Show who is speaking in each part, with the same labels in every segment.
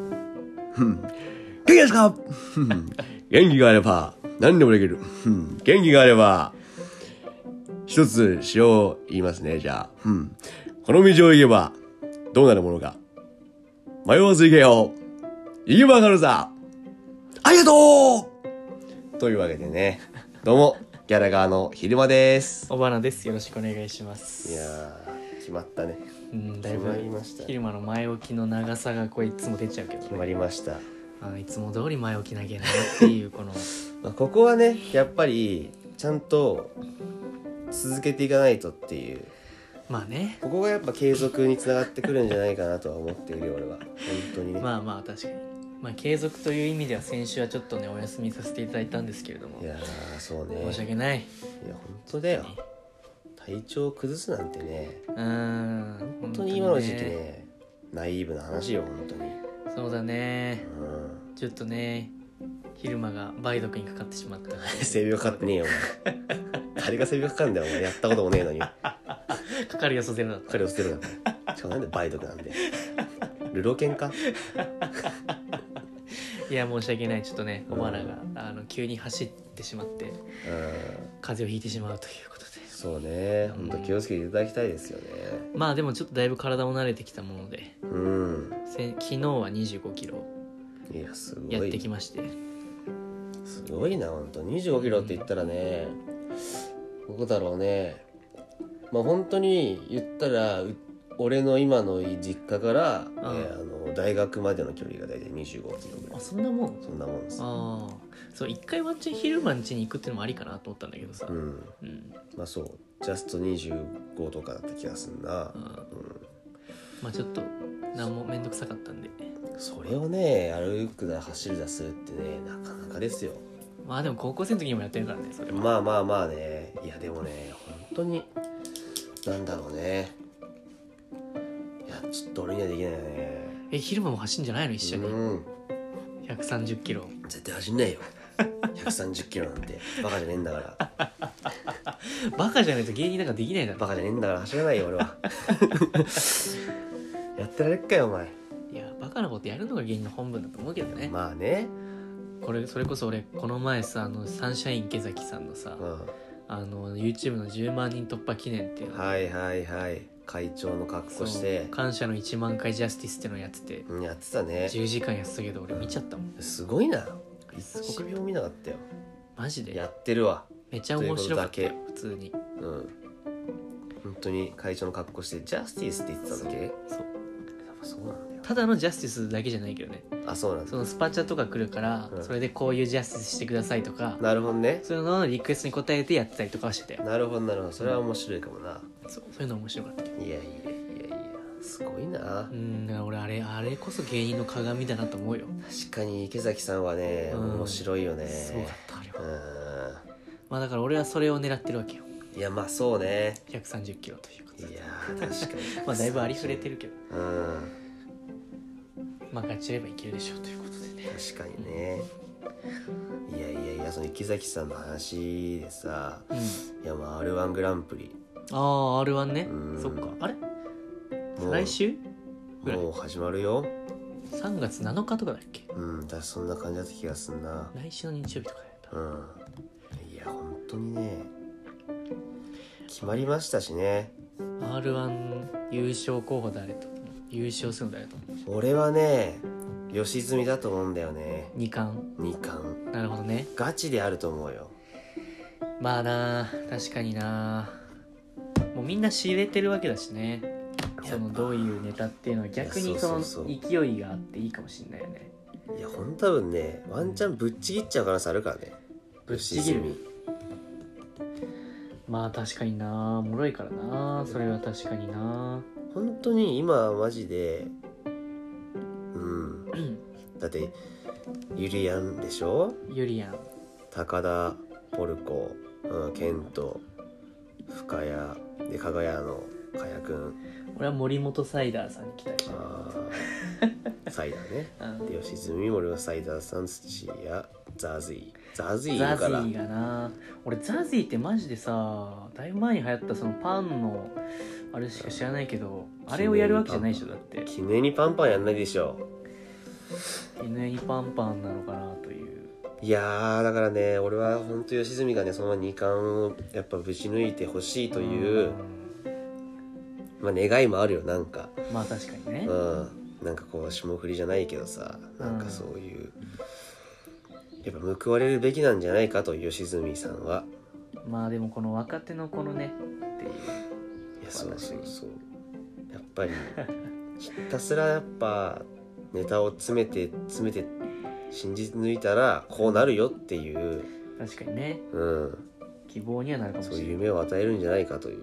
Speaker 1: 元気ですかうん 元気があれば何でもできる。 うん元気があれば一つ詩を言いますね、じゃあ。 うんこの道を行けばどうなるものか。迷わず行けよ。行けばわかるさ。ありがとうというわけでね、どうも、ギャラガーの昼間です。
Speaker 2: 小花ですよろしくお願いします
Speaker 1: いやー、決まったね。
Speaker 2: うんだい
Speaker 1: 決まり
Speaker 2: ぶ
Speaker 1: ました
Speaker 2: 昼間の前置きの長さがこれいつも出ちゃうけど
Speaker 1: 決まりました。
Speaker 2: あいつも通り前置きなげなっていうこの
Speaker 1: まあ、ここはね、やっぱり、ちゃんと続けていかないとっていう。
Speaker 2: まあね
Speaker 1: ここがやっぱ継続につながってくるんじゃないかなとは思っているよ俺は本当にね、
Speaker 2: まあまあ確かにまあ継続という意味では先週はちょっとねお休みさせていただいたんですけれども
Speaker 1: いやーそうね
Speaker 2: 申し訳ない
Speaker 1: いや本当だよ体調崩すなんてね
Speaker 2: うーん
Speaker 1: 本当に今の時期ねナイーブな話よ本当に
Speaker 2: そうだね
Speaker 1: う
Speaker 2: ちょっとね昼間が梅毒にかかってしまったの
Speaker 1: ん
Speaker 2: で
Speaker 1: 性病かかってねえよお前誰が性病かかんだよお前やったこともねえのに
Speaker 2: かかる予想ゼロだった
Speaker 1: 彼を捨てるなお前しかもなんで梅毒なんでルロケンか
Speaker 2: いや申し訳ないちょっとね
Speaker 1: うん
Speaker 2: 小花があの急に走ってしまって
Speaker 1: うん
Speaker 2: 風邪をひいてしまうということで
Speaker 1: そうね本当気をつけていただきたいですよね
Speaker 2: まあでもちょっとだいぶ体も慣れてきたもので
Speaker 1: うん
Speaker 2: せん昨日は2 5キロ
Speaker 1: いやすごい
Speaker 2: やってきまして
Speaker 1: すごいな本当二2 5キロって言ったらねどこだろうねまあ本当に言ったらう俺の今の実家から、えーあの大学までの距離が大体2 5キロぐら
Speaker 2: あ
Speaker 1: い
Speaker 2: そんなもん
Speaker 1: そんなもんです
Speaker 2: ああそう一回ワンチャン昼間ん家に行くっていうのもありかなと思ったんだけどさ
Speaker 1: う、ん
Speaker 2: うん
Speaker 1: まあそうジャスト25とかだった気がすんな
Speaker 2: あ、ー
Speaker 1: う
Speaker 2: まあちょっと何も面倒くさかったんで
Speaker 1: ん、それをね歩くだ走るだするってねなかなかですよ
Speaker 2: まあでも高校生の時にもやってるからねそれは
Speaker 1: まあまあまあねいやでもね本当になんだろうねいやちょっと俺にはできないよね
Speaker 2: え昼間も走んじゃないの一緒に
Speaker 1: うん
Speaker 2: 130キロ
Speaker 1: 絶対走んないよ130キロなんてバカじゃねえんだから
Speaker 2: バカじゃないと芸人なんかできないだろ
Speaker 1: バカじゃねえんだから走らないよ俺は やってられっかよお前
Speaker 2: いやバカなことやるのが芸人の本分だと思うけどね、
Speaker 1: まあね
Speaker 2: これそれこそ俺この前さあのサンシャイン池崎さんのさ、
Speaker 1: うん
Speaker 2: あの YouTube の10万人突破記念っていうの
Speaker 1: はいはいはい会長の格好して
Speaker 2: そう感謝の1万回ジャスティスってのやってて
Speaker 1: うんやってたね
Speaker 2: 10時間やってたけど俺見ちゃったもん
Speaker 1: すごいな
Speaker 2: すご
Speaker 1: 1
Speaker 2: く
Speaker 1: 秒見なかったよ
Speaker 2: マジで
Speaker 1: やってるわ
Speaker 2: めちゃ面白かったよ
Speaker 1: という
Speaker 2: 普通に
Speaker 1: うん本当に会長の格好してジャスティスって言ってたんだっけやっ
Speaker 2: そう
Speaker 1: ぱそうなんだよ
Speaker 2: ただのジャスティスだけじゃないけどね
Speaker 1: あそうなん
Speaker 2: そ
Speaker 1: だ
Speaker 2: のスパチャとか来るから、
Speaker 1: うん
Speaker 2: それでこういうジャスティスしてくださいとか
Speaker 1: なるほどね
Speaker 2: そういうののリクエストに応えてやってたりとかはしてたよ
Speaker 1: なるほどなるほどそれは面白いかもな
Speaker 2: そうそういうの面白かった
Speaker 1: いやいやいやいやすごいな
Speaker 2: うんだから俺あれあれこそ芸人の鏡だなと思うよ、
Speaker 1: 確かに池崎さんはね、
Speaker 2: うん
Speaker 1: 面白いよね
Speaker 2: すごかったあれは
Speaker 1: う
Speaker 2: まあだから俺はそれを狙ってるわけよ
Speaker 1: んいやまあそうね
Speaker 2: 130キロということ
Speaker 1: い
Speaker 2: で
Speaker 1: やー確かに
Speaker 2: まあだいぶありふれてるけど
Speaker 1: うん
Speaker 2: まあガチればいけるでしょうということでね
Speaker 1: 確かにねいやいやいやその池崎さんの話でさ
Speaker 2: うん
Speaker 1: いやまあ r 1グランプリ
Speaker 2: ああ R1 ね
Speaker 1: うん
Speaker 2: そっかあれ
Speaker 1: もう
Speaker 2: 来週ぐらい
Speaker 1: もう始まるよ
Speaker 2: 3月7日とかだっけ
Speaker 1: うんだそんな感じだった気がすんな
Speaker 2: 来週の日曜日とかやった
Speaker 1: うんいや本当にね決まりましたしね
Speaker 2: R1 優勝候補誰と優勝するの誰と
Speaker 1: 俺はね良純だと思うんだよね
Speaker 2: 2冠
Speaker 1: 二冠
Speaker 2: なるほどね
Speaker 1: ガチであると思うよ
Speaker 2: まあな確かになもうみんな仕入れてるわけだしねそのどういうネタっていうのは逆
Speaker 1: い
Speaker 2: に
Speaker 1: やそ
Speaker 2: そうの
Speaker 1: そうそう
Speaker 2: 勢いがあっていいかもしんないよね
Speaker 1: いやほんと多分ねワンチャンぶっちぎっちゃう可能性あるからね
Speaker 2: ぶっちぎる
Speaker 1: 良純
Speaker 2: まあ確かになおもろいからなそれは確かにな
Speaker 1: 本当に今マジでうんだってゆりやんでしょ
Speaker 2: ゆりやん
Speaker 1: 高田ポルコ、うん、ケント深谷で加賀屋の加谷くん
Speaker 2: 俺は森本サイダーさんに期待してる
Speaker 1: あ ーサイダーね
Speaker 2: うん
Speaker 1: で吉住森のサイダーさん土屋ザーズイザズィい
Speaker 2: ザ
Speaker 1: る
Speaker 2: ズ
Speaker 1: か
Speaker 2: ィ
Speaker 1: ら
Speaker 2: ーがな俺ザズィーってマジでさだいぶ前に流行ったそのパンのあれしか知らないけどあれをやるわけじゃないでしょだって
Speaker 1: 絹にパンパンやんないでしょ
Speaker 2: NA パンパンなのかなという
Speaker 1: いやーだからね俺は本当良純がねその2冠をやっぱぶち抜いてほしいという、まあ、願いもあるよなんか
Speaker 2: うんまあ確かにね
Speaker 1: うんなんかこう霜降りじゃないけどさなんかそういう、やっぱ報われるべきなんじゃないかと良純さんは
Speaker 2: まあでもこの若手のこのねっていう
Speaker 1: いやそうそうそうやっぱりひたすらやっぱネタを詰めて詰めて信じ抜いたらこうなるよっていう、
Speaker 2: 確かにね
Speaker 1: うん、
Speaker 2: 希望にはなるかもし
Speaker 1: そ
Speaker 2: れ
Speaker 1: う
Speaker 2: ない
Speaker 1: いう夢を与えるんじゃないかという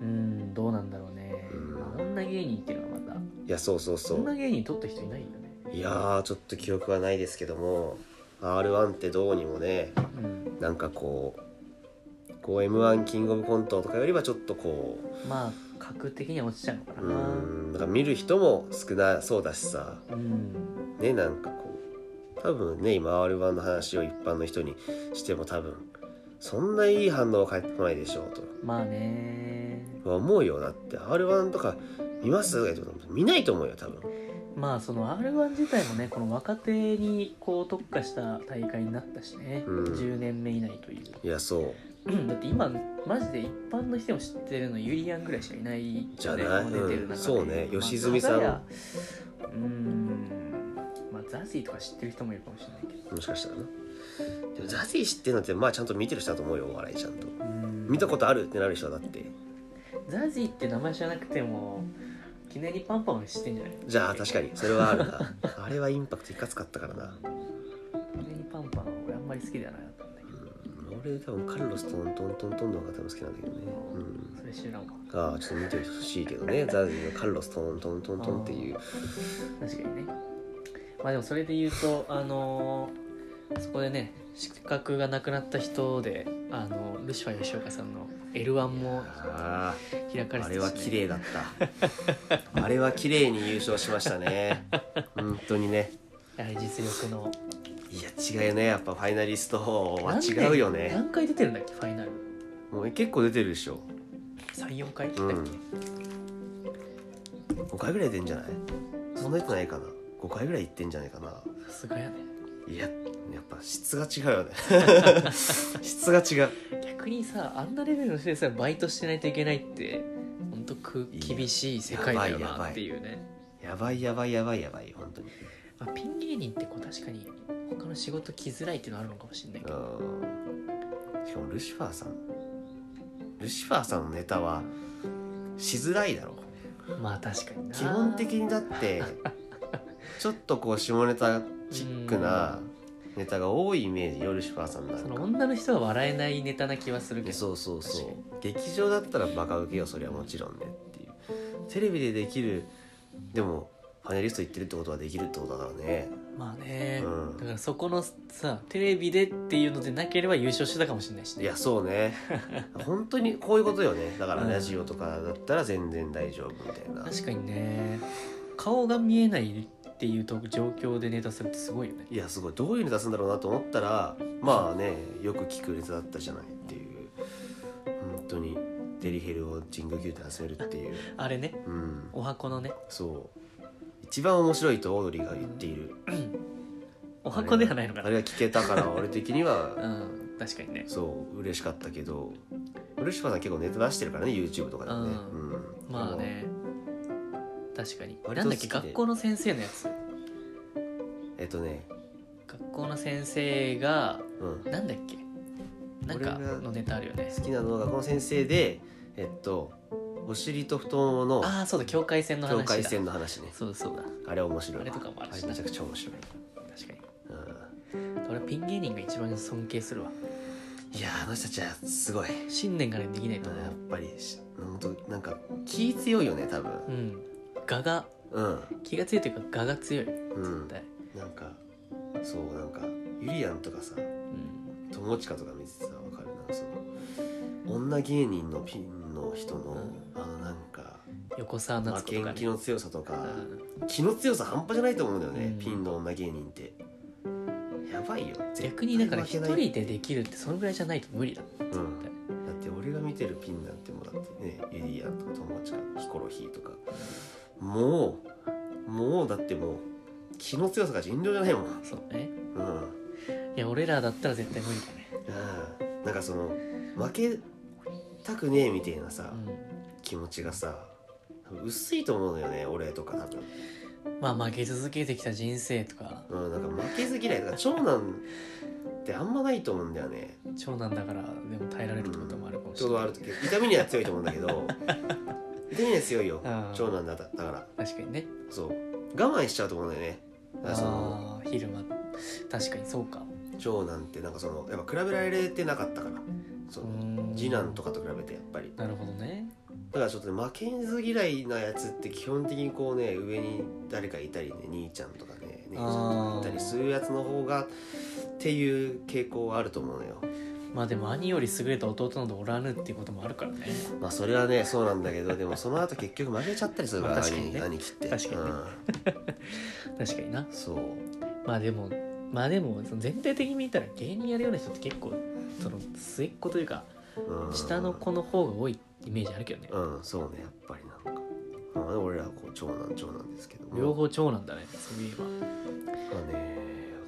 Speaker 2: うんどうなんだろうね、
Speaker 1: うん
Speaker 2: まあ女芸人っていうのはまた
Speaker 1: いやそうそうそう
Speaker 2: 女芸人取った人いないよね
Speaker 1: いやーちょっと記憶はないですけども r 1ってどうにもね
Speaker 2: うん
Speaker 1: なんかこうこう m 1キングオブコントとかよりはちょっとこ
Speaker 2: まあ格的には落ちちゃうのか
Speaker 1: う
Speaker 2: な
Speaker 1: うんなんか見る人も少なそうだしさ
Speaker 2: うん
Speaker 1: ねなんかこう多分ね今 r 1の話を一般の人にしても多分そんないい反応は返ってこないでしょう
Speaker 2: まあね
Speaker 1: と思うよだって r 1とか見ますとか言っても見ないと思うよ多分
Speaker 2: まあその r 1自体もねこの若手にこう特化した大会になったしね、
Speaker 1: うん
Speaker 2: 10年目以内という
Speaker 1: いやそう
Speaker 2: うんだって今マジで一般の人も知ってるのユリアンぐらいしかいないよね
Speaker 1: じゃない
Speaker 2: この出てる中
Speaker 1: う
Speaker 2: で
Speaker 1: んそうね
Speaker 2: まあ
Speaker 1: 吉住さん
Speaker 2: 片やうんまあザジーとか知ってる人もいるかもしれないけど
Speaker 1: もしかしたらなでもザジー知ってるのってまあちゃんと見てる人だと思うよお笑いちゃんと
Speaker 2: うん
Speaker 1: 見たことあるってなる人はだって
Speaker 2: ザジーって名前知らなくても記念にパンパンは知ってんじゃない
Speaker 1: じゃあ確かにそれはあるなあれはインパクトいかつかったからな、
Speaker 2: 記念にパンパンは俺あんまり好きではなかったんだけど
Speaker 1: うん、俺多分カルロストントントントンの方が多分好きなんだけどねうん
Speaker 2: それ知らんわ
Speaker 1: がちょっと見てほしいけどねザジーのカルロストントントントンっていう
Speaker 2: 確かにねまあでもそれで言うとあのーそこでね資格がなくなった人であのルシファー吉岡さんの L1 も
Speaker 1: あ
Speaker 2: 開かれてたしね
Speaker 1: あれは綺麗だったあれは綺麗に優勝しましたね本当にね
Speaker 2: あれ実力の
Speaker 1: いや違うよねやっぱファイナリストは違うよね
Speaker 2: 何回出てるんだっけファイナル
Speaker 1: もう結構出てるでしょ
Speaker 2: 34回だっけ、
Speaker 1: うん5回ぐらい出んじゃないそんな出てないかな5回ぐらい行ってんじゃないかな
Speaker 2: さすがやね
Speaker 1: いややっぱ質が違うよね質が違う
Speaker 2: 逆にさあんなレベルの人でさえバイトしてないといけないって本当く
Speaker 1: いや
Speaker 2: 厳しい世界だよ
Speaker 1: やばいやば
Speaker 2: ないっていうね
Speaker 1: やばいやばいやばいやばい本当に
Speaker 2: まあ、ピン芸人ってこう確かに他の仕事来づらいっていうのはあるのかもしれないけど、
Speaker 1: うんしかもルシファーさんルシファーさんのネタはしづらいだろ
Speaker 2: まあ確かにな
Speaker 1: 基本的にだってちょっとこう下ネタチックなネタが多いイメージよルシファーさんなん
Speaker 2: その
Speaker 1: か
Speaker 2: 女の人は笑えないネタな気はするけど
Speaker 1: そうそうそう
Speaker 2: 確
Speaker 1: 劇場だったらバカウケよそれはもちろんねっていうテレビでできるでもパネリスト行ってるってことはできるってことだからね
Speaker 2: まあね、
Speaker 1: うん
Speaker 2: だからそこのさテレビでっていうのでなければ優勝してたかもしれないし
Speaker 1: い
Speaker 2: ね
Speaker 1: やそう ね本当にこういうことよねだから
Speaker 2: うん
Speaker 1: ラジオとかだったら全然大丈夫みたいな
Speaker 2: 確かにね顔が見えないっていうと状況でネタするってすごいよね
Speaker 1: いやすごいどういうネタするんだろうなと思ったらまあねよく聞くネタだったじゃないっていう本当にデリヘルを神宮球で集めるっていう
Speaker 2: あれね
Speaker 1: うん
Speaker 2: お箱のね
Speaker 1: そう一番面白いとオードリーが言っている
Speaker 2: お箱ではないのか
Speaker 1: あ
Speaker 2: な
Speaker 1: れは聞けた から俺的に
Speaker 2: う
Speaker 1: は
Speaker 2: ん確かにね
Speaker 1: そう嬉しかったけどルシファーさん結構ネタ出してるからね YouTube とかでもね
Speaker 2: う
Speaker 1: うん
Speaker 2: まあね確かに
Speaker 1: 割
Speaker 2: な
Speaker 1: と
Speaker 2: ん
Speaker 1: 好
Speaker 2: だっ
Speaker 1: きで
Speaker 2: け学校の先生のやつ
Speaker 1: えっとね
Speaker 2: 学校の先生が
Speaker 1: うん
Speaker 2: なんだっけなんか
Speaker 1: 俺が
Speaker 2: のネタあるよね
Speaker 1: 好きなのがこの先生でえっとお尻と太ももの
Speaker 2: ああそうだ境界線の話
Speaker 1: 境
Speaker 2: だ
Speaker 1: 界線の話ね
Speaker 2: そうだそうだ
Speaker 1: あれ面白いわ
Speaker 2: あれとかもあるし
Speaker 1: れめちゃくちゃ面白い、
Speaker 2: 確かに
Speaker 1: う
Speaker 2: 俺ピン芸人が一番尊敬するわ
Speaker 1: ん、いやーあの人たちはすごい、
Speaker 2: 信念がねできないと
Speaker 1: うんや
Speaker 2: 思
Speaker 1: っ
Speaker 2: う
Speaker 1: ぱりし本当なんか気強いよね多分
Speaker 2: うん我が
Speaker 1: うん
Speaker 2: 気が強いというか我が強い
Speaker 1: うん
Speaker 2: 絶対
Speaker 1: なんかそうなんかゆりやんとかさ
Speaker 2: うん
Speaker 1: 友近とか見てたらわかるなその女芸人のピンの人の、
Speaker 2: うん
Speaker 1: あのなんか
Speaker 2: 横澤夏
Speaker 1: 負
Speaker 2: 子と
Speaker 1: け
Speaker 2: か
Speaker 1: ん気
Speaker 2: ね
Speaker 1: の強さとか、
Speaker 2: うん
Speaker 1: 気の強さ半端じゃないと思うんだよね、
Speaker 2: うん
Speaker 1: ピンの女芸人ってややばいよ
Speaker 2: 逆にだから一
Speaker 1: 絶対負けない
Speaker 2: 人でできるってそのぐらいじゃないと無理だ絶対、
Speaker 1: だって俺が見てるピンなんてもうだってねユリアンとか友達かヒコロヒーとかもうもうだってもう気の強さが人量じゃないもんうん
Speaker 2: そうね
Speaker 1: あ
Speaker 2: いや俺らだったら絶対無理だね
Speaker 1: あなんかその負けたくねえみたいなさ、気持ちがさ薄いと思うのよね俺とか多分、
Speaker 2: うん、まあ負け続けてきた人生とか
Speaker 1: うん、なんか負けず嫌いとか長男ってあんまないと思うんだよね
Speaker 2: 長男だからでも耐えられるってこともあるかもし
Speaker 1: ちょう
Speaker 2: れ
Speaker 1: ど
Speaker 2: ない、
Speaker 1: ある時痛みには強いと思うんだけ ど痛みには強いよ
Speaker 2: あー
Speaker 1: 長男だだから
Speaker 2: 確かにね
Speaker 1: そう我慢しちゃうと思うんだよねだからその
Speaker 2: ああ昼間確かにそうか
Speaker 1: 長男ってなんかそのやっぱ比べられてなかったからそうの
Speaker 2: ん
Speaker 1: 次男とかと比べてやっぱり
Speaker 2: なるほどね
Speaker 1: だからちょっとね負けず嫌いなやつって基本的にこうね上に誰かいたりね兄ちゃんとかね姉ちゃんとかいたりするやつの方がっていう傾向はあると思うのよ
Speaker 2: まあでも兄より優れた弟などおらぬっていうこともあるからね
Speaker 1: まあそれはねそうなんだけどでもその後結局負けちゃったりするから
Speaker 2: まあ確かにね
Speaker 1: 兄兄貴って
Speaker 2: 確かにね
Speaker 1: うん
Speaker 2: 確かにな
Speaker 1: そう
Speaker 2: まあでもまあでもその全体的に見たら芸人やるような人って結構その末っ子というか
Speaker 1: うん
Speaker 2: 下の子の方が多いイメージあるけどね
Speaker 1: うんそうねやっぱりなんか、まあ、俺らはこう長男長男ですけども
Speaker 2: 両方長男だねそういえば
Speaker 1: まあね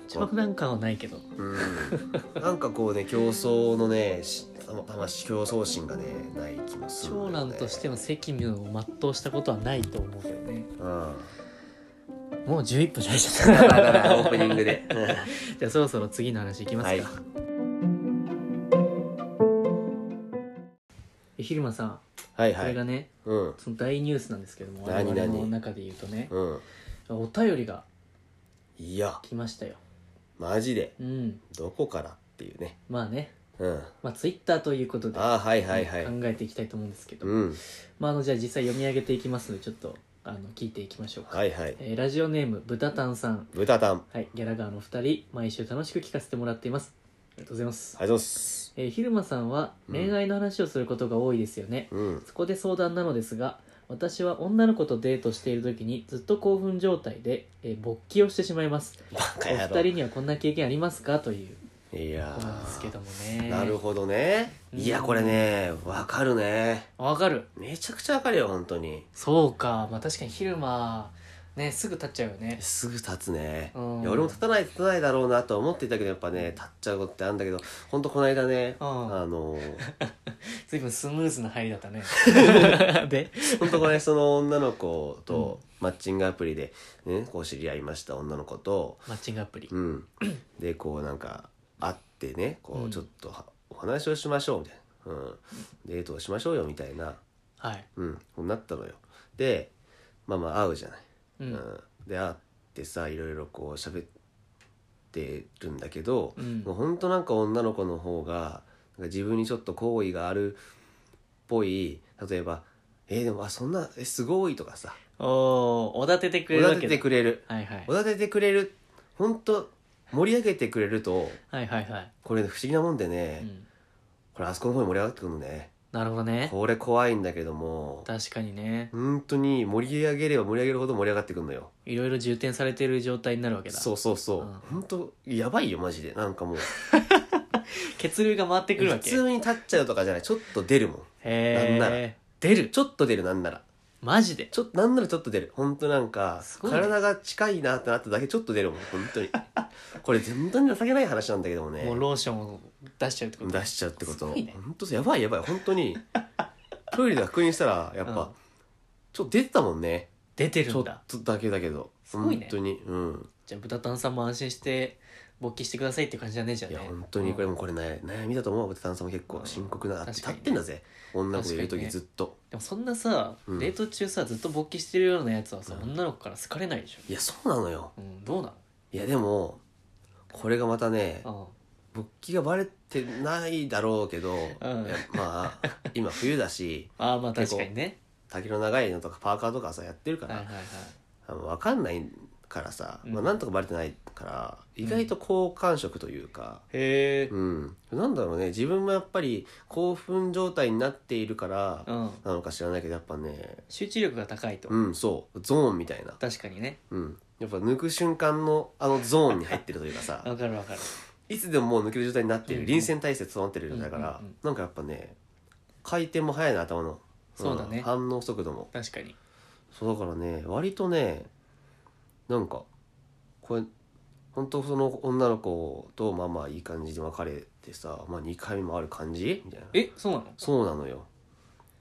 Speaker 2: 一番なんかはないけど
Speaker 1: うんなんかこうね競争のねし魂競争心がねない気もする
Speaker 2: 長
Speaker 1: んだよね、
Speaker 2: 男としての責務を全うしたことはないと思うけどね
Speaker 1: うん
Speaker 2: もう11分経っち
Speaker 1: オ
Speaker 2: ゃった
Speaker 1: ープニングで
Speaker 2: じゃあそろそろ次の話いきますか、
Speaker 1: はい
Speaker 2: え昼間さん
Speaker 1: はい
Speaker 2: こ
Speaker 1: は
Speaker 2: れ
Speaker 1: い
Speaker 2: がね、
Speaker 1: うん
Speaker 2: その大ニュースなんですけども我
Speaker 1: 何々
Speaker 2: 々の中で言うとね
Speaker 1: うん
Speaker 2: お便りが
Speaker 1: いや
Speaker 2: 来ましたよ
Speaker 1: マジで
Speaker 2: うん
Speaker 1: どこからっていうね
Speaker 2: まあね
Speaker 1: うん
Speaker 2: まあツイッターということで、
Speaker 1: ああはいはいはい
Speaker 2: 考えていきたいと思うんですけど、
Speaker 1: うん
Speaker 2: まああのじゃあ実際読み上げていきますのでちょっとあの聞いていきましょうか、
Speaker 1: はいはい
Speaker 2: えーラジオネームブタタンさん
Speaker 1: 豚タンあり
Speaker 2: はいギャラガーの2人毎週楽しく聞かせてもらっていますありがとうございます、
Speaker 1: がとうございます
Speaker 2: えー、昼間さんは恋愛の話をすることが多いですよね、
Speaker 1: うん
Speaker 2: そこで相談なのですが私は女の子とデートしている時にずっと興奮状態で、えー勃起をしてしまいます
Speaker 1: バ
Speaker 2: お
Speaker 1: カ
Speaker 2: 二
Speaker 1: 野郎
Speaker 2: 人にはこんな経験ありますかという
Speaker 1: いや
Speaker 2: ことなんですけどもね
Speaker 1: ーなるほどねいやこれねわかるね
Speaker 2: わかる
Speaker 1: めちゃくちゃわかるよ本当に
Speaker 2: そうかまあ確かに昼間ねすぐ経っちゃうよね
Speaker 1: すぐ立つね、
Speaker 2: うん
Speaker 1: いや俺も立たない立たないだろうなとは思っていたけどやっぱね立っちゃうことってあるんだけどほんとこの間ね、
Speaker 2: うん
Speaker 1: あのー
Speaker 2: 随分スムーズな入りだった ねで
Speaker 1: ほんとこれその女の子とマッチングアプリでねこう知り合いました女の子と
Speaker 2: マッチングアプリ
Speaker 1: うんでこうなんか会ってねこ
Speaker 2: うん
Speaker 1: うちょっとはお話をしましょうみたいな、うん、デートをしましょうよみたいな、
Speaker 2: はい
Speaker 1: うん、こうなったのよでまあまあ会うじゃない、
Speaker 2: う
Speaker 1: うんん、で会ってさいろいろこう喋ってるんだけど、
Speaker 2: うん
Speaker 1: もうほんとなんか女の子の方がなんか自分にちょっと好意があるっぽい例えば「えーでもあそんなえすごい」とかさ
Speaker 2: おおおだててく
Speaker 1: お
Speaker 2: れる
Speaker 1: だ
Speaker 2: わ
Speaker 1: て
Speaker 2: けだ
Speaker 1: てくれる
Speaker 2: はいはい
Speaker 1: おだててくれるほんと盛り上げてくれると
Speaker 2: はいはいはい、
Speaker 1: これね不思議なもんで
Speaker 2: う
Speaker 1: ね、
Speaker 2: ん、
Speaker 1: これあそこの方に盛り上がってくるのね
Speaker 2: なるほどね
Speaker 1: これ怖いんだけども
Speaker 2: 確かにね
Speaker 1: 本当に盛り上げれば盛り上げるほど盛り上がってくるのよ
Speaker 2: いろいろ充填されてる状態になるわけだ
Speaker 1: そうそうそう、
Speaker 2: うん
Speaker 1: ほんとやばいよマジでなんか もう
Speaker 2: 血流が回ってくるわ
Speaker 1: 普
Speaker 2: け
Speaker 1: 通に立っちゃうとかじゃないちょっと出るもん
Speaker 2: へ
Speaker 1: なんな
Speaker 2: え出る
Speaker 1: ちょっと出るなんなら
Speaker 2: マジで
Speaker 1: ちょっとなんならちょっと出る本当なんか、
Speaker 2: すごいね
Speaker 1: 体が近いなってなっただけちょっと出るもん本当にこれ本当に情けない話なんだけどもね
Speaker 2: もうローションを出しちゃうってこと
Speaker 1: 出しちゃうってこと
Speaker 2: すごいね
Speaker 1: 本当やばいやばい本当にトイレで確認したらやっぱ、
Speaker 2: うん
Speaker 1: ちょっと出てたもんね
Speaker 2: 出て
Speaker 1: ち
Speaker 2: る
Speaker 1: ょ
Speaker 2: ん
Speaker 1: っ
Speaker 2: だ
Speaker 1: とだけだけど
Speaker 2: すごいね
Speaker 1: 本当にうん
Speaker 2: じゃあ豚タンさんも安心して勃起してくださいって感じじゃねえじゃん
Speaker 1: い
Speaker 2: ね
Speaker 1: や本当にこれ
Speaker 2: うん
Speaker 1: もこれね悩みだと思う豚タンさんも結構深刻な、
Speaker 2: うん確
Speaker 1: 立
Speaker 2: か
Speaker 1: っ
Speaker 2: にね
Speaker 1: てんだぜ女の子いる時ずっと、
Speaker 2: でもそんなさ
Speaker 1: うん
Speaker 2: デート中さずっと勃起してるようなやつはさ
Speaker 1: うん
Speaker 2: 女の子から好かれないでし
Speaker 1: いやそうなのよ
Speaker 2: ょうんどうない
Speaker 1: やでもこれがまたね、
Speaker 2: の
Speaker 1: 勃起がバレてないだろうけど、
Speaker 2: うん
Speaker 1: いやまあ今冬だし
Speaker 2: ああまあ
Speaker 1: 結
Speaker 2: 確
Speaker 1: 構
Speaker 2: かにね
Speaker 1: 丈の長いのとかパーカーとかさやってるか
Speaker 2: はい
Speaker 1: ら、
Speaker 2: はいはい
Speaker 1: あの分かんないからさ、
Speaker 2: うん
Speaker 1: まあ、なんとかバレてないから意外と好感触というか、
Speaker 2: へえ
Speaker 1: うんなんだろうね自分もやっぱり興奮状態になっているから
Speaker 2: うん
Speaker 1: なのか知らないけどやっぱね
Speaker 2: 集中力が高いと
Speaker 1: うんそうゾーンみたいな、
Speaker 2: 確かにね
Speaker 1: うん、やっぱ抜く瞬間のあのゾーンに入ってるというかさ
Speaker 2: わかるわかる
Speaker 1: いつでももう抜ける状態になって
Speaker 2: う
Speaker 1: る
Speaker 2: ん
Speaker 1: 臨戦態勢整ってる状態だから、
Speaker 2: うんうんうん
Speaker 1: なんかやっぱね回転も速いな頭の、ん
Speaker 2: そうだね
Speaker 1: 反応速度も
Speaker 2: 確かに
Speaker 1: そうだからね割とねなんかこれ本当その女の子とまあまあいい感じで別れてさ、まあ、2回目もある感じみたいな
Speaker 2: えそうなの
Speaker 1: そうなのよ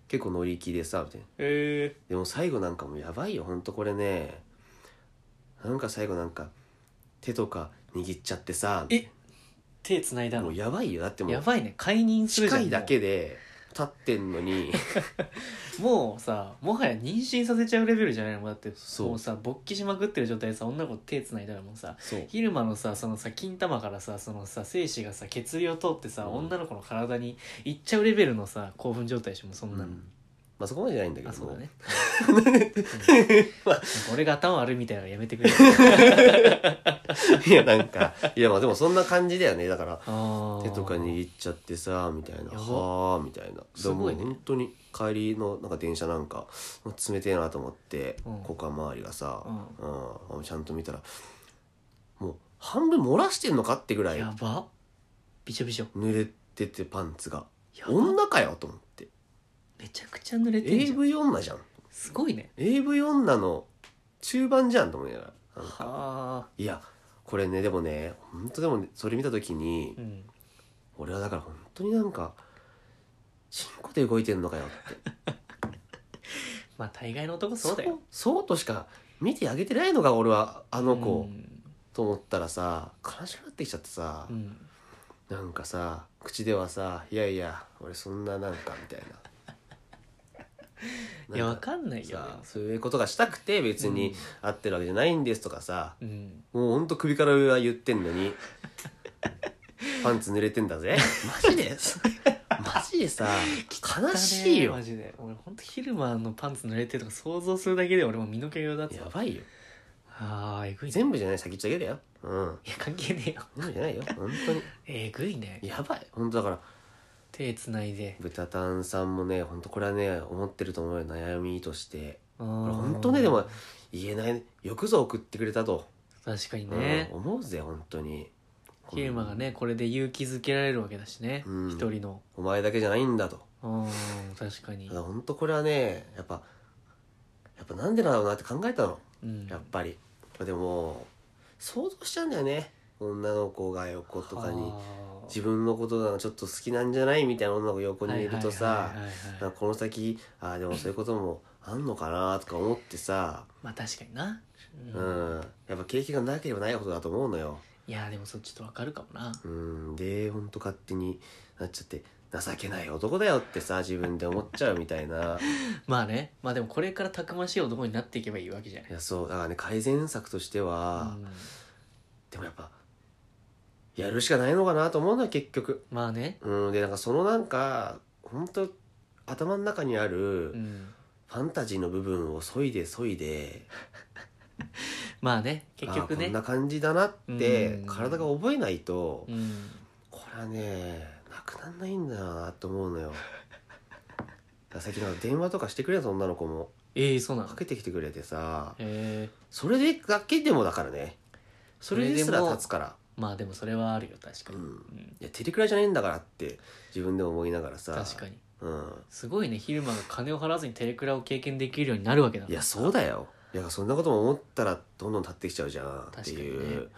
Speaker 1: 結構乗り気でさみたいな
Speaker 2: え
Speaker 1: でも最後なんかもうやばいよほんとこれねなんか最後なんか手とか握っちゃってさ
Speaker 2: え手つないだ
Speaker 1: も
Speaker 2: の
Speaker 1: うやばいよだっても
Speaker 2: や
Speaker 1: う
Speaker 2: ばいね解任するじゃ
Speaker 1: 近
Speaker 2: ん
Speaker 1: いだけで立ってんの に
Speaker 2: もうさもはや妊娠させちゃうレベルじゃないのもうだって
Speaker 1: そう
Speaker 2: もうさ勃起しまくってる状態でさ女の子手つないだらもうさ
Speaker 1: そう
Speaker 2: 昼間のさそのさ金玉からさそのさ精子がさ血流を通ってさ、
Speaker 1: うん
Speaker 2: 女の子の体にいっちゃうレベルのさ興奮状態でしょもうそんなの、
Speaker 1: まあそこまでじゃないんだけ
Speaker 2: あ
Speaker 1: ど
Speaker 2: そうだね、
Speaker 1: まあ
Speaker 2: うん俺が頭悪いみたいなのやめてく れ
Speaker 1: いやなんかいやまあでもそんな感じだよねだから
Speaker 2: あ
Speaker 1: 手
Speaker 2: ー
Speaker 1: とか握っちゃってさみたいな
Speaker 2: やば
Speaker 1: はあみたいな
Speaker 2: すごいね
Speaker 1: でも本当に帰りのなんか電車なんかもう冷てえなと思って、
Speaker 2: うん
Speaker 1: 股間周りがさ、
Speaker 2: うん
Speaker 1: うんちゃんと見たらもう半分漏らしてんのかってぐらい
Speaker 2: やばびしょびしょ
Speaker 1: 濡れててパンツが
Speaker 2: やば
Speaker 1: 女かよと思って
Speaker 2: めちゃくちゃ濡れてんじゃん
Speaker 1: AV 女じゃん
Speaker 2: すごいね
Speaker 1: AV 女の中盤じゃんと思いながらなんか
Speaker 2: はい
Speaker 1: やこれねでもね本当でもねそれ見た時に
Speaker 2: あうん
Speaker 1: 俺はだから本当になんかチンコで動いてんのかよって
Speaker 2: まあ大概の男そうだよ
Speaker 1: そうそうとしか見てあげてないのか俺はあの子、
Speaker 2: うん
Speaker 1: と思ったらさ悲しくなってきちゃってさ、
Speaker 2: うん
Speaker 1: なんかさ口ではさ「いやいや俺そんななんか」みたいな。
Speaker 2: いやわかんないよ
Speaker 1: さそういうことがしたくて別に会ってるわけじゃないんですとかさ、
Speaker 2: うんうん
Speaker 1: もうほんと首から上は言ってんの にパンツ濡れてんだぜマジでマジでさ悲しいよ
Speaker 2: だねマジで俺ほんと昼間のパンツ濡れてるとか想像するだけで俺も身の毛がだって
Speaker 1: やばいよ
Speaker 2: あーえぐいね
Speaker 1: 全部じゃない先っちょだけだようん
Speaker 2: いや関係ねえよ
Speaker 1: 全部じゃないよ本当に
Speaker 2: えぐいね
Speaker 1: やばい本当だから
Speaker 2: 手つないで
Speaker 1: 豚タンさんもね本当これはね思ってると思うよ悩みとしてこれ
Speaker 2: 本
Speaker 1: 本当ねでも言えないよくぞ送ってくれたと、
Speaker 2: 確かに
Speaker 1: うん
Speaker 2: ね
Speaker 1: 思うぜ本当に
Speaker 2: ヒルマがねこれで勇気づけられるわけだしね
Speaker 1: うん
Speaker 2: 一人の
Speaker 1: お前だけじゃないんだと
Speaker 2: うん確かに
Speaker 1: ただ本当これはねやっぱやっぱなんでだろうなって考えたの
Speaker 2: うん
Speaker 1: やっぱりでも想像しちゃうんだよね女の子が横とかに
Speaker 2: はあ
Speaker 1: 自分のことがちょっと好きなんじゃないみたいな女の子横にいると
Speaker 2: は
Speaker 1: さ
Speaker 2: いはいはいはい
Speaker 1: な
Speaker 2: は
Speaker 1: ん
Speaker 2: い
Speaker 1: かこの先ああでもそういうこともあんのかなとか思ってさ
Speaker 2: まあ確かにな
Speaker 1: う
Speaker 2: う
Speaker 1: ん
Speaker 2: ん
Speaker 1: やっぱ経験がなければないほどだと思うのよ
Speaker 2: いやでもそっちょっとわかるかもな
Speaker 1: うんでほんと勝手になっちゃって情けない男だよってさ自分で思っちゃうみたい な
Speaker 2: まあねまあでもこれからたくましい男になっていけばいいわけじゃない
Speaker 1: いやそうだからね改善策としては、
Speaker 2: うん
Speaker 1: でもやっぱやるしかないのかなと思うのよ結局
Speaker 2: まあね
Speaker 1: うんでなんかそのなんか本当頭の中にある
Speaker 2: うん
Speaker 1: ファンタジーの部分を削いで削いで
Speaker 2: まあね結局
Speaker 1: あーこん
Speaker 2: ね
Speaker 1: な感じだなって
Speaker 2: うん
Speaker 1: 体が覚えないと
Speaker 2: うん
Speaker 1: これはねなくなんないんだよなと思うのよだから最近なんか電話とかしてくれた女の子も
Speaker 2: ええそうなの
Speaker 1: かけてきてくれてさ
Speaker 2: ええ
Speaker 1: それでだけでもだからねそれですら立つから
Speaker 2: まあでもそれはあるよ確かに、
Speaker 1: う
Speaker 2: うんん
Speaker 1: いや照りくらいじゃねえんだからって自分でも思いながらさ
Speaker 2: 確かに
Speaker 1: うん
Speaker 2: すごいね昼間が金を払わずにテレクラを経験できるようになるわけだ
Speaker 1: いやそうだよいやそんなことも思ったらどんどん立ってきちゃうじゃんって
Speaker 2: 確か
Speaker 1: い
Speaker 2: に
Speaker 1: う、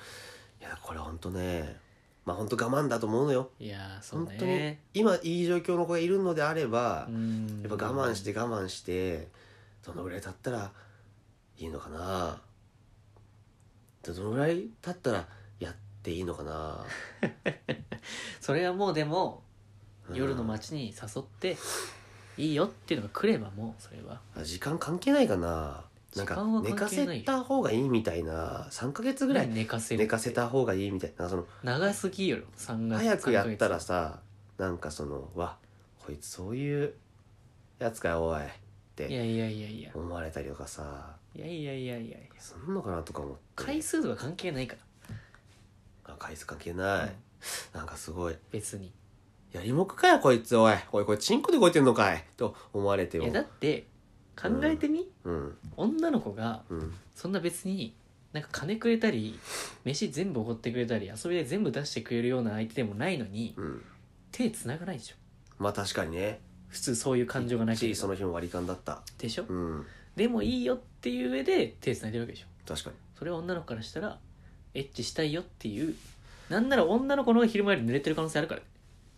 Speaker 1: いやこれほんとねまあほんと我慢だと思うのよ
Speaker 2: いやーそう
Speaker 1: 本当に
Speaker 2: ね
Speaker 1: 今いい状況の子がいるのであれば、
Speaker 2: うん
Speaker 1: やっぱ我慢して我慢してどのぐらい経ったらいいのかなどのぐらい経ったらやっていいのかな、
Speaker 2: それはもうでも
Speaker 1: うん
Speaker 2: 夜の街に誘っていいよっていうのが来ればもうそれは
Speaker 1: あ時間関係ないかななん
Speaker 2: 時
Speaker 1: か
Speaker 2: 間は
Speaker 1: 寝か
Speaker 2: 関係ない
Speaker 1: せた方がいいみたいな3ヶ月ぐらい
Speaker 2: 寝かせる
Speaker 1: 寝かせた方がいいみたいななんかその
Speaker 2: 長すぎよ3月
Speaker 1: 早くやった
Speaker 2: 3
Speaker 1: ら
Speaker 2: ヶ
Speaker 1: さなんかそのわこいつそういうやつかよおいっ
Speaker 2: 月い
Speaker 1: て
Speaker 2: やいやいやいや
Speaker 1: 思われたりとかさ
Speaker 2: いやいやいやいやいや
Speaker 1: すんのかなとか思って
Speaker 2: 回数は関係ないか
Speaker 1: あ回数関係
Speaker 2: ら、
Speaker 1: ない、
Speaker 2: うん
Speaker 1: なんかすごい
Speaker 2: 別に
Speaker 1: やりもくかよこいつおいおいこれチンコで動いてんのかいと思われて
Speaker 2: い
Speaker 1: も
Speaker 2: やだって考えてみ、
Speaker 1: うん
Speaker 2: 女の子が
Speaker 1: うん
Speaker 2: そんな別になんか金くれたり飯全部おごってくれたり遊びで全部出してくれるような相手でもないのに
Speaker 1: うん
Speaker 2: 手つながないでしょ
Speaker 1: まあ確かにね
Speaker 2: 普通そういう感情がなけ
Speaker 1: 地
Speaker 2: れ
Speaker 1: 理そ
Speaker 2: ば
Speaker 1: の日も割り勘だった
Speaker 2: でしょ
Speaker 1: うん
Speaker 2: でもいいよっていう上で手つないでるわけでしょ
Speaker 1: 確かに
Speaker 2: それは女の子からしたらエッチしたいよっていうなんなら女の子の方が昼間より濡れてる可能性あるからね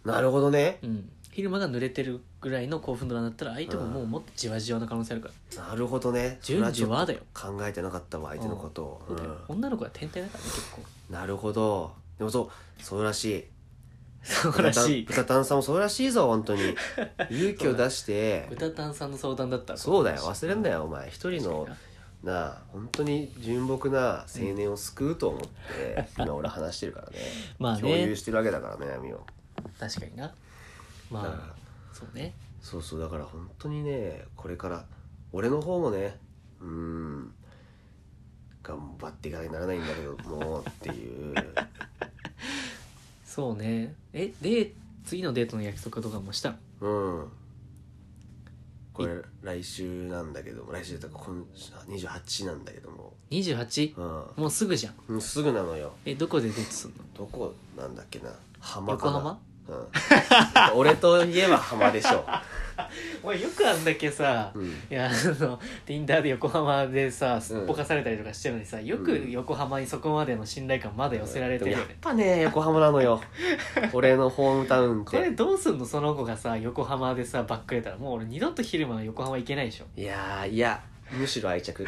Speaker 1: なるほどね
Speaker 2: うん昼間が濡れてるぐらいの興奮度なんだったら相手ももうもっとじわじわの可能性あるから
Speaker 1: なるほどね
Speaker 2: じわじわだよ
Speaker 1: それはちょっと考えてなかったわ相手のことを、
Speaker 2: そうだよ
Speaker 1: うん
Speaker 2: 女の子は天体だからね結構
Speaker 1: なるほどでもそうそうらしい
Speaker 2: そうらしい
Speaker 1: 豚豚タンさんもそうらしいぞ本 当に勇気を出して
Speaker 2: 歌たんさんの相談だったら
Speaker 1: そうだよ忘れんなよお前一人
Speaker 2: 確
Speaker 1: の
Speaker 2: かに
Speaker 1: なあ本当に純朴な青年を救うと思って、 今俺話してるからね
Speaker 2: まあね
Speaker 1: 共有してるわけだから悩みを
Speaker 2: な確かにな
Speaker 1: だから
Speaker 2: まあそうね
Speaker 1: そうそうだから本当にねこれから俺の方もねうーん頑張っていかなきゃならないんだけどもうっていう
Speaker 2: そうねえで次のデートの約束とかもしたの
Speaker 1: うんこれ来週なんだけども来週だから今28なんだけども
Speaker 2: 28?
Speaker 1: う
Speaker 2: もうすぐじゃん
Speaker 1: んすぐなのよ
Speaker 2: えどこでデートすんの
Speaker 1: どこなんだっけな浜か
Speaker 2: 横
Speaker 1: な
Speaker 2: 浜
Speaker 1: うん、俺といえば浜でし ょ
Speaker 2: お前よくあんだけさ、
Speaker 1: う、うん、
Speaker 2: いやあの Tinder で横浜でさすっぽかされたりとかしてるのにさ、よく
Speaker 1: うん
Speaker 2: 横浜にそこまでの信頼感まだ寄せられてる
Speaker 1: で
Speaker 2: よ
Speaker 1: もやっ
Speaker 2: ね、
Speaker 1: ぱね横浜なのよ俺のホームタウンっ
Speaker 2: これ
Speaker 1: て
Speaker 2: どうすんのその子がさ横浜でさばっくれたらもう俺二度と昼間は横浜行けないでしょ
Speaker 1: いやーいやむしろ愛着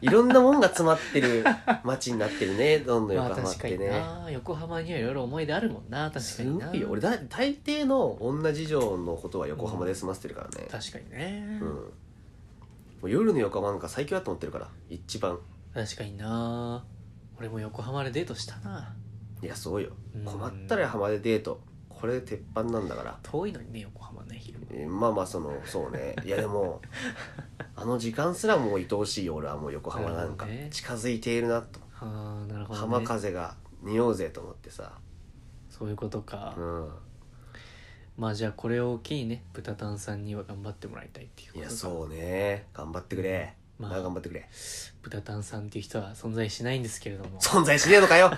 Speaker 1: いろんなもんが詰まってる街になってるねどんどん
Speaker 2: まあ
Speaker 1: 横浜っ
Speaker 2: 確か
Speaker 1: て
Speaker 2: に
Speaker 1: ね、
Speaker 2: な横浜にはいろいろ思い出あるもんな確か
Speaker 1: す
Speaker 2: に
Speaker 1: ご
Speaker 2: ない
Speaker 1: よ俺だ大抵の女事情のことは横浜で済ませてるからね
Speaker 2: 確かにね、
Speaker 1: うんもう夜の横浜なんか最強だと思ってるから一番
Speaker 2: 確かにな俺も横浜でデートしたない
Speaker 1: やそうよ
Speaker 2: うん
Speaker 1: 困ったら横浜でデートこれ鉄板なんだから
Speaker 2: 遠いのにね横浜ね昼間
Speaker 1: えーまあまあそのそうねいやで もあの時間すらもう愛おしいよ俺はもう横浜なんか
Speaker 2: なるほどね
Speaker 1: 近づいているなと
Speaker 2: ああなるほど、
Speaker 1: 浜
Speaker 2: ね、
Speaker 1: 風が匂うぜと思ってさ
Speaker 2: そういうことか、
Speaker 1: うん
Speaker 2: まあじゃあこれを機にね豚タンさんには頑張ってもらいたいっていうこ
Speaker 1: い
Speaker 2: と
Speaker 1: や
Speaker 2: か
Speaker 1: そうね頑張ってくれ
Speaker 2: まあ
Speaker 1: まあ頑張ってくれ
Speaker 2: 豚タンさんっていう人は存在しないんですけれども
Speaker 1: 存在しねえのかよ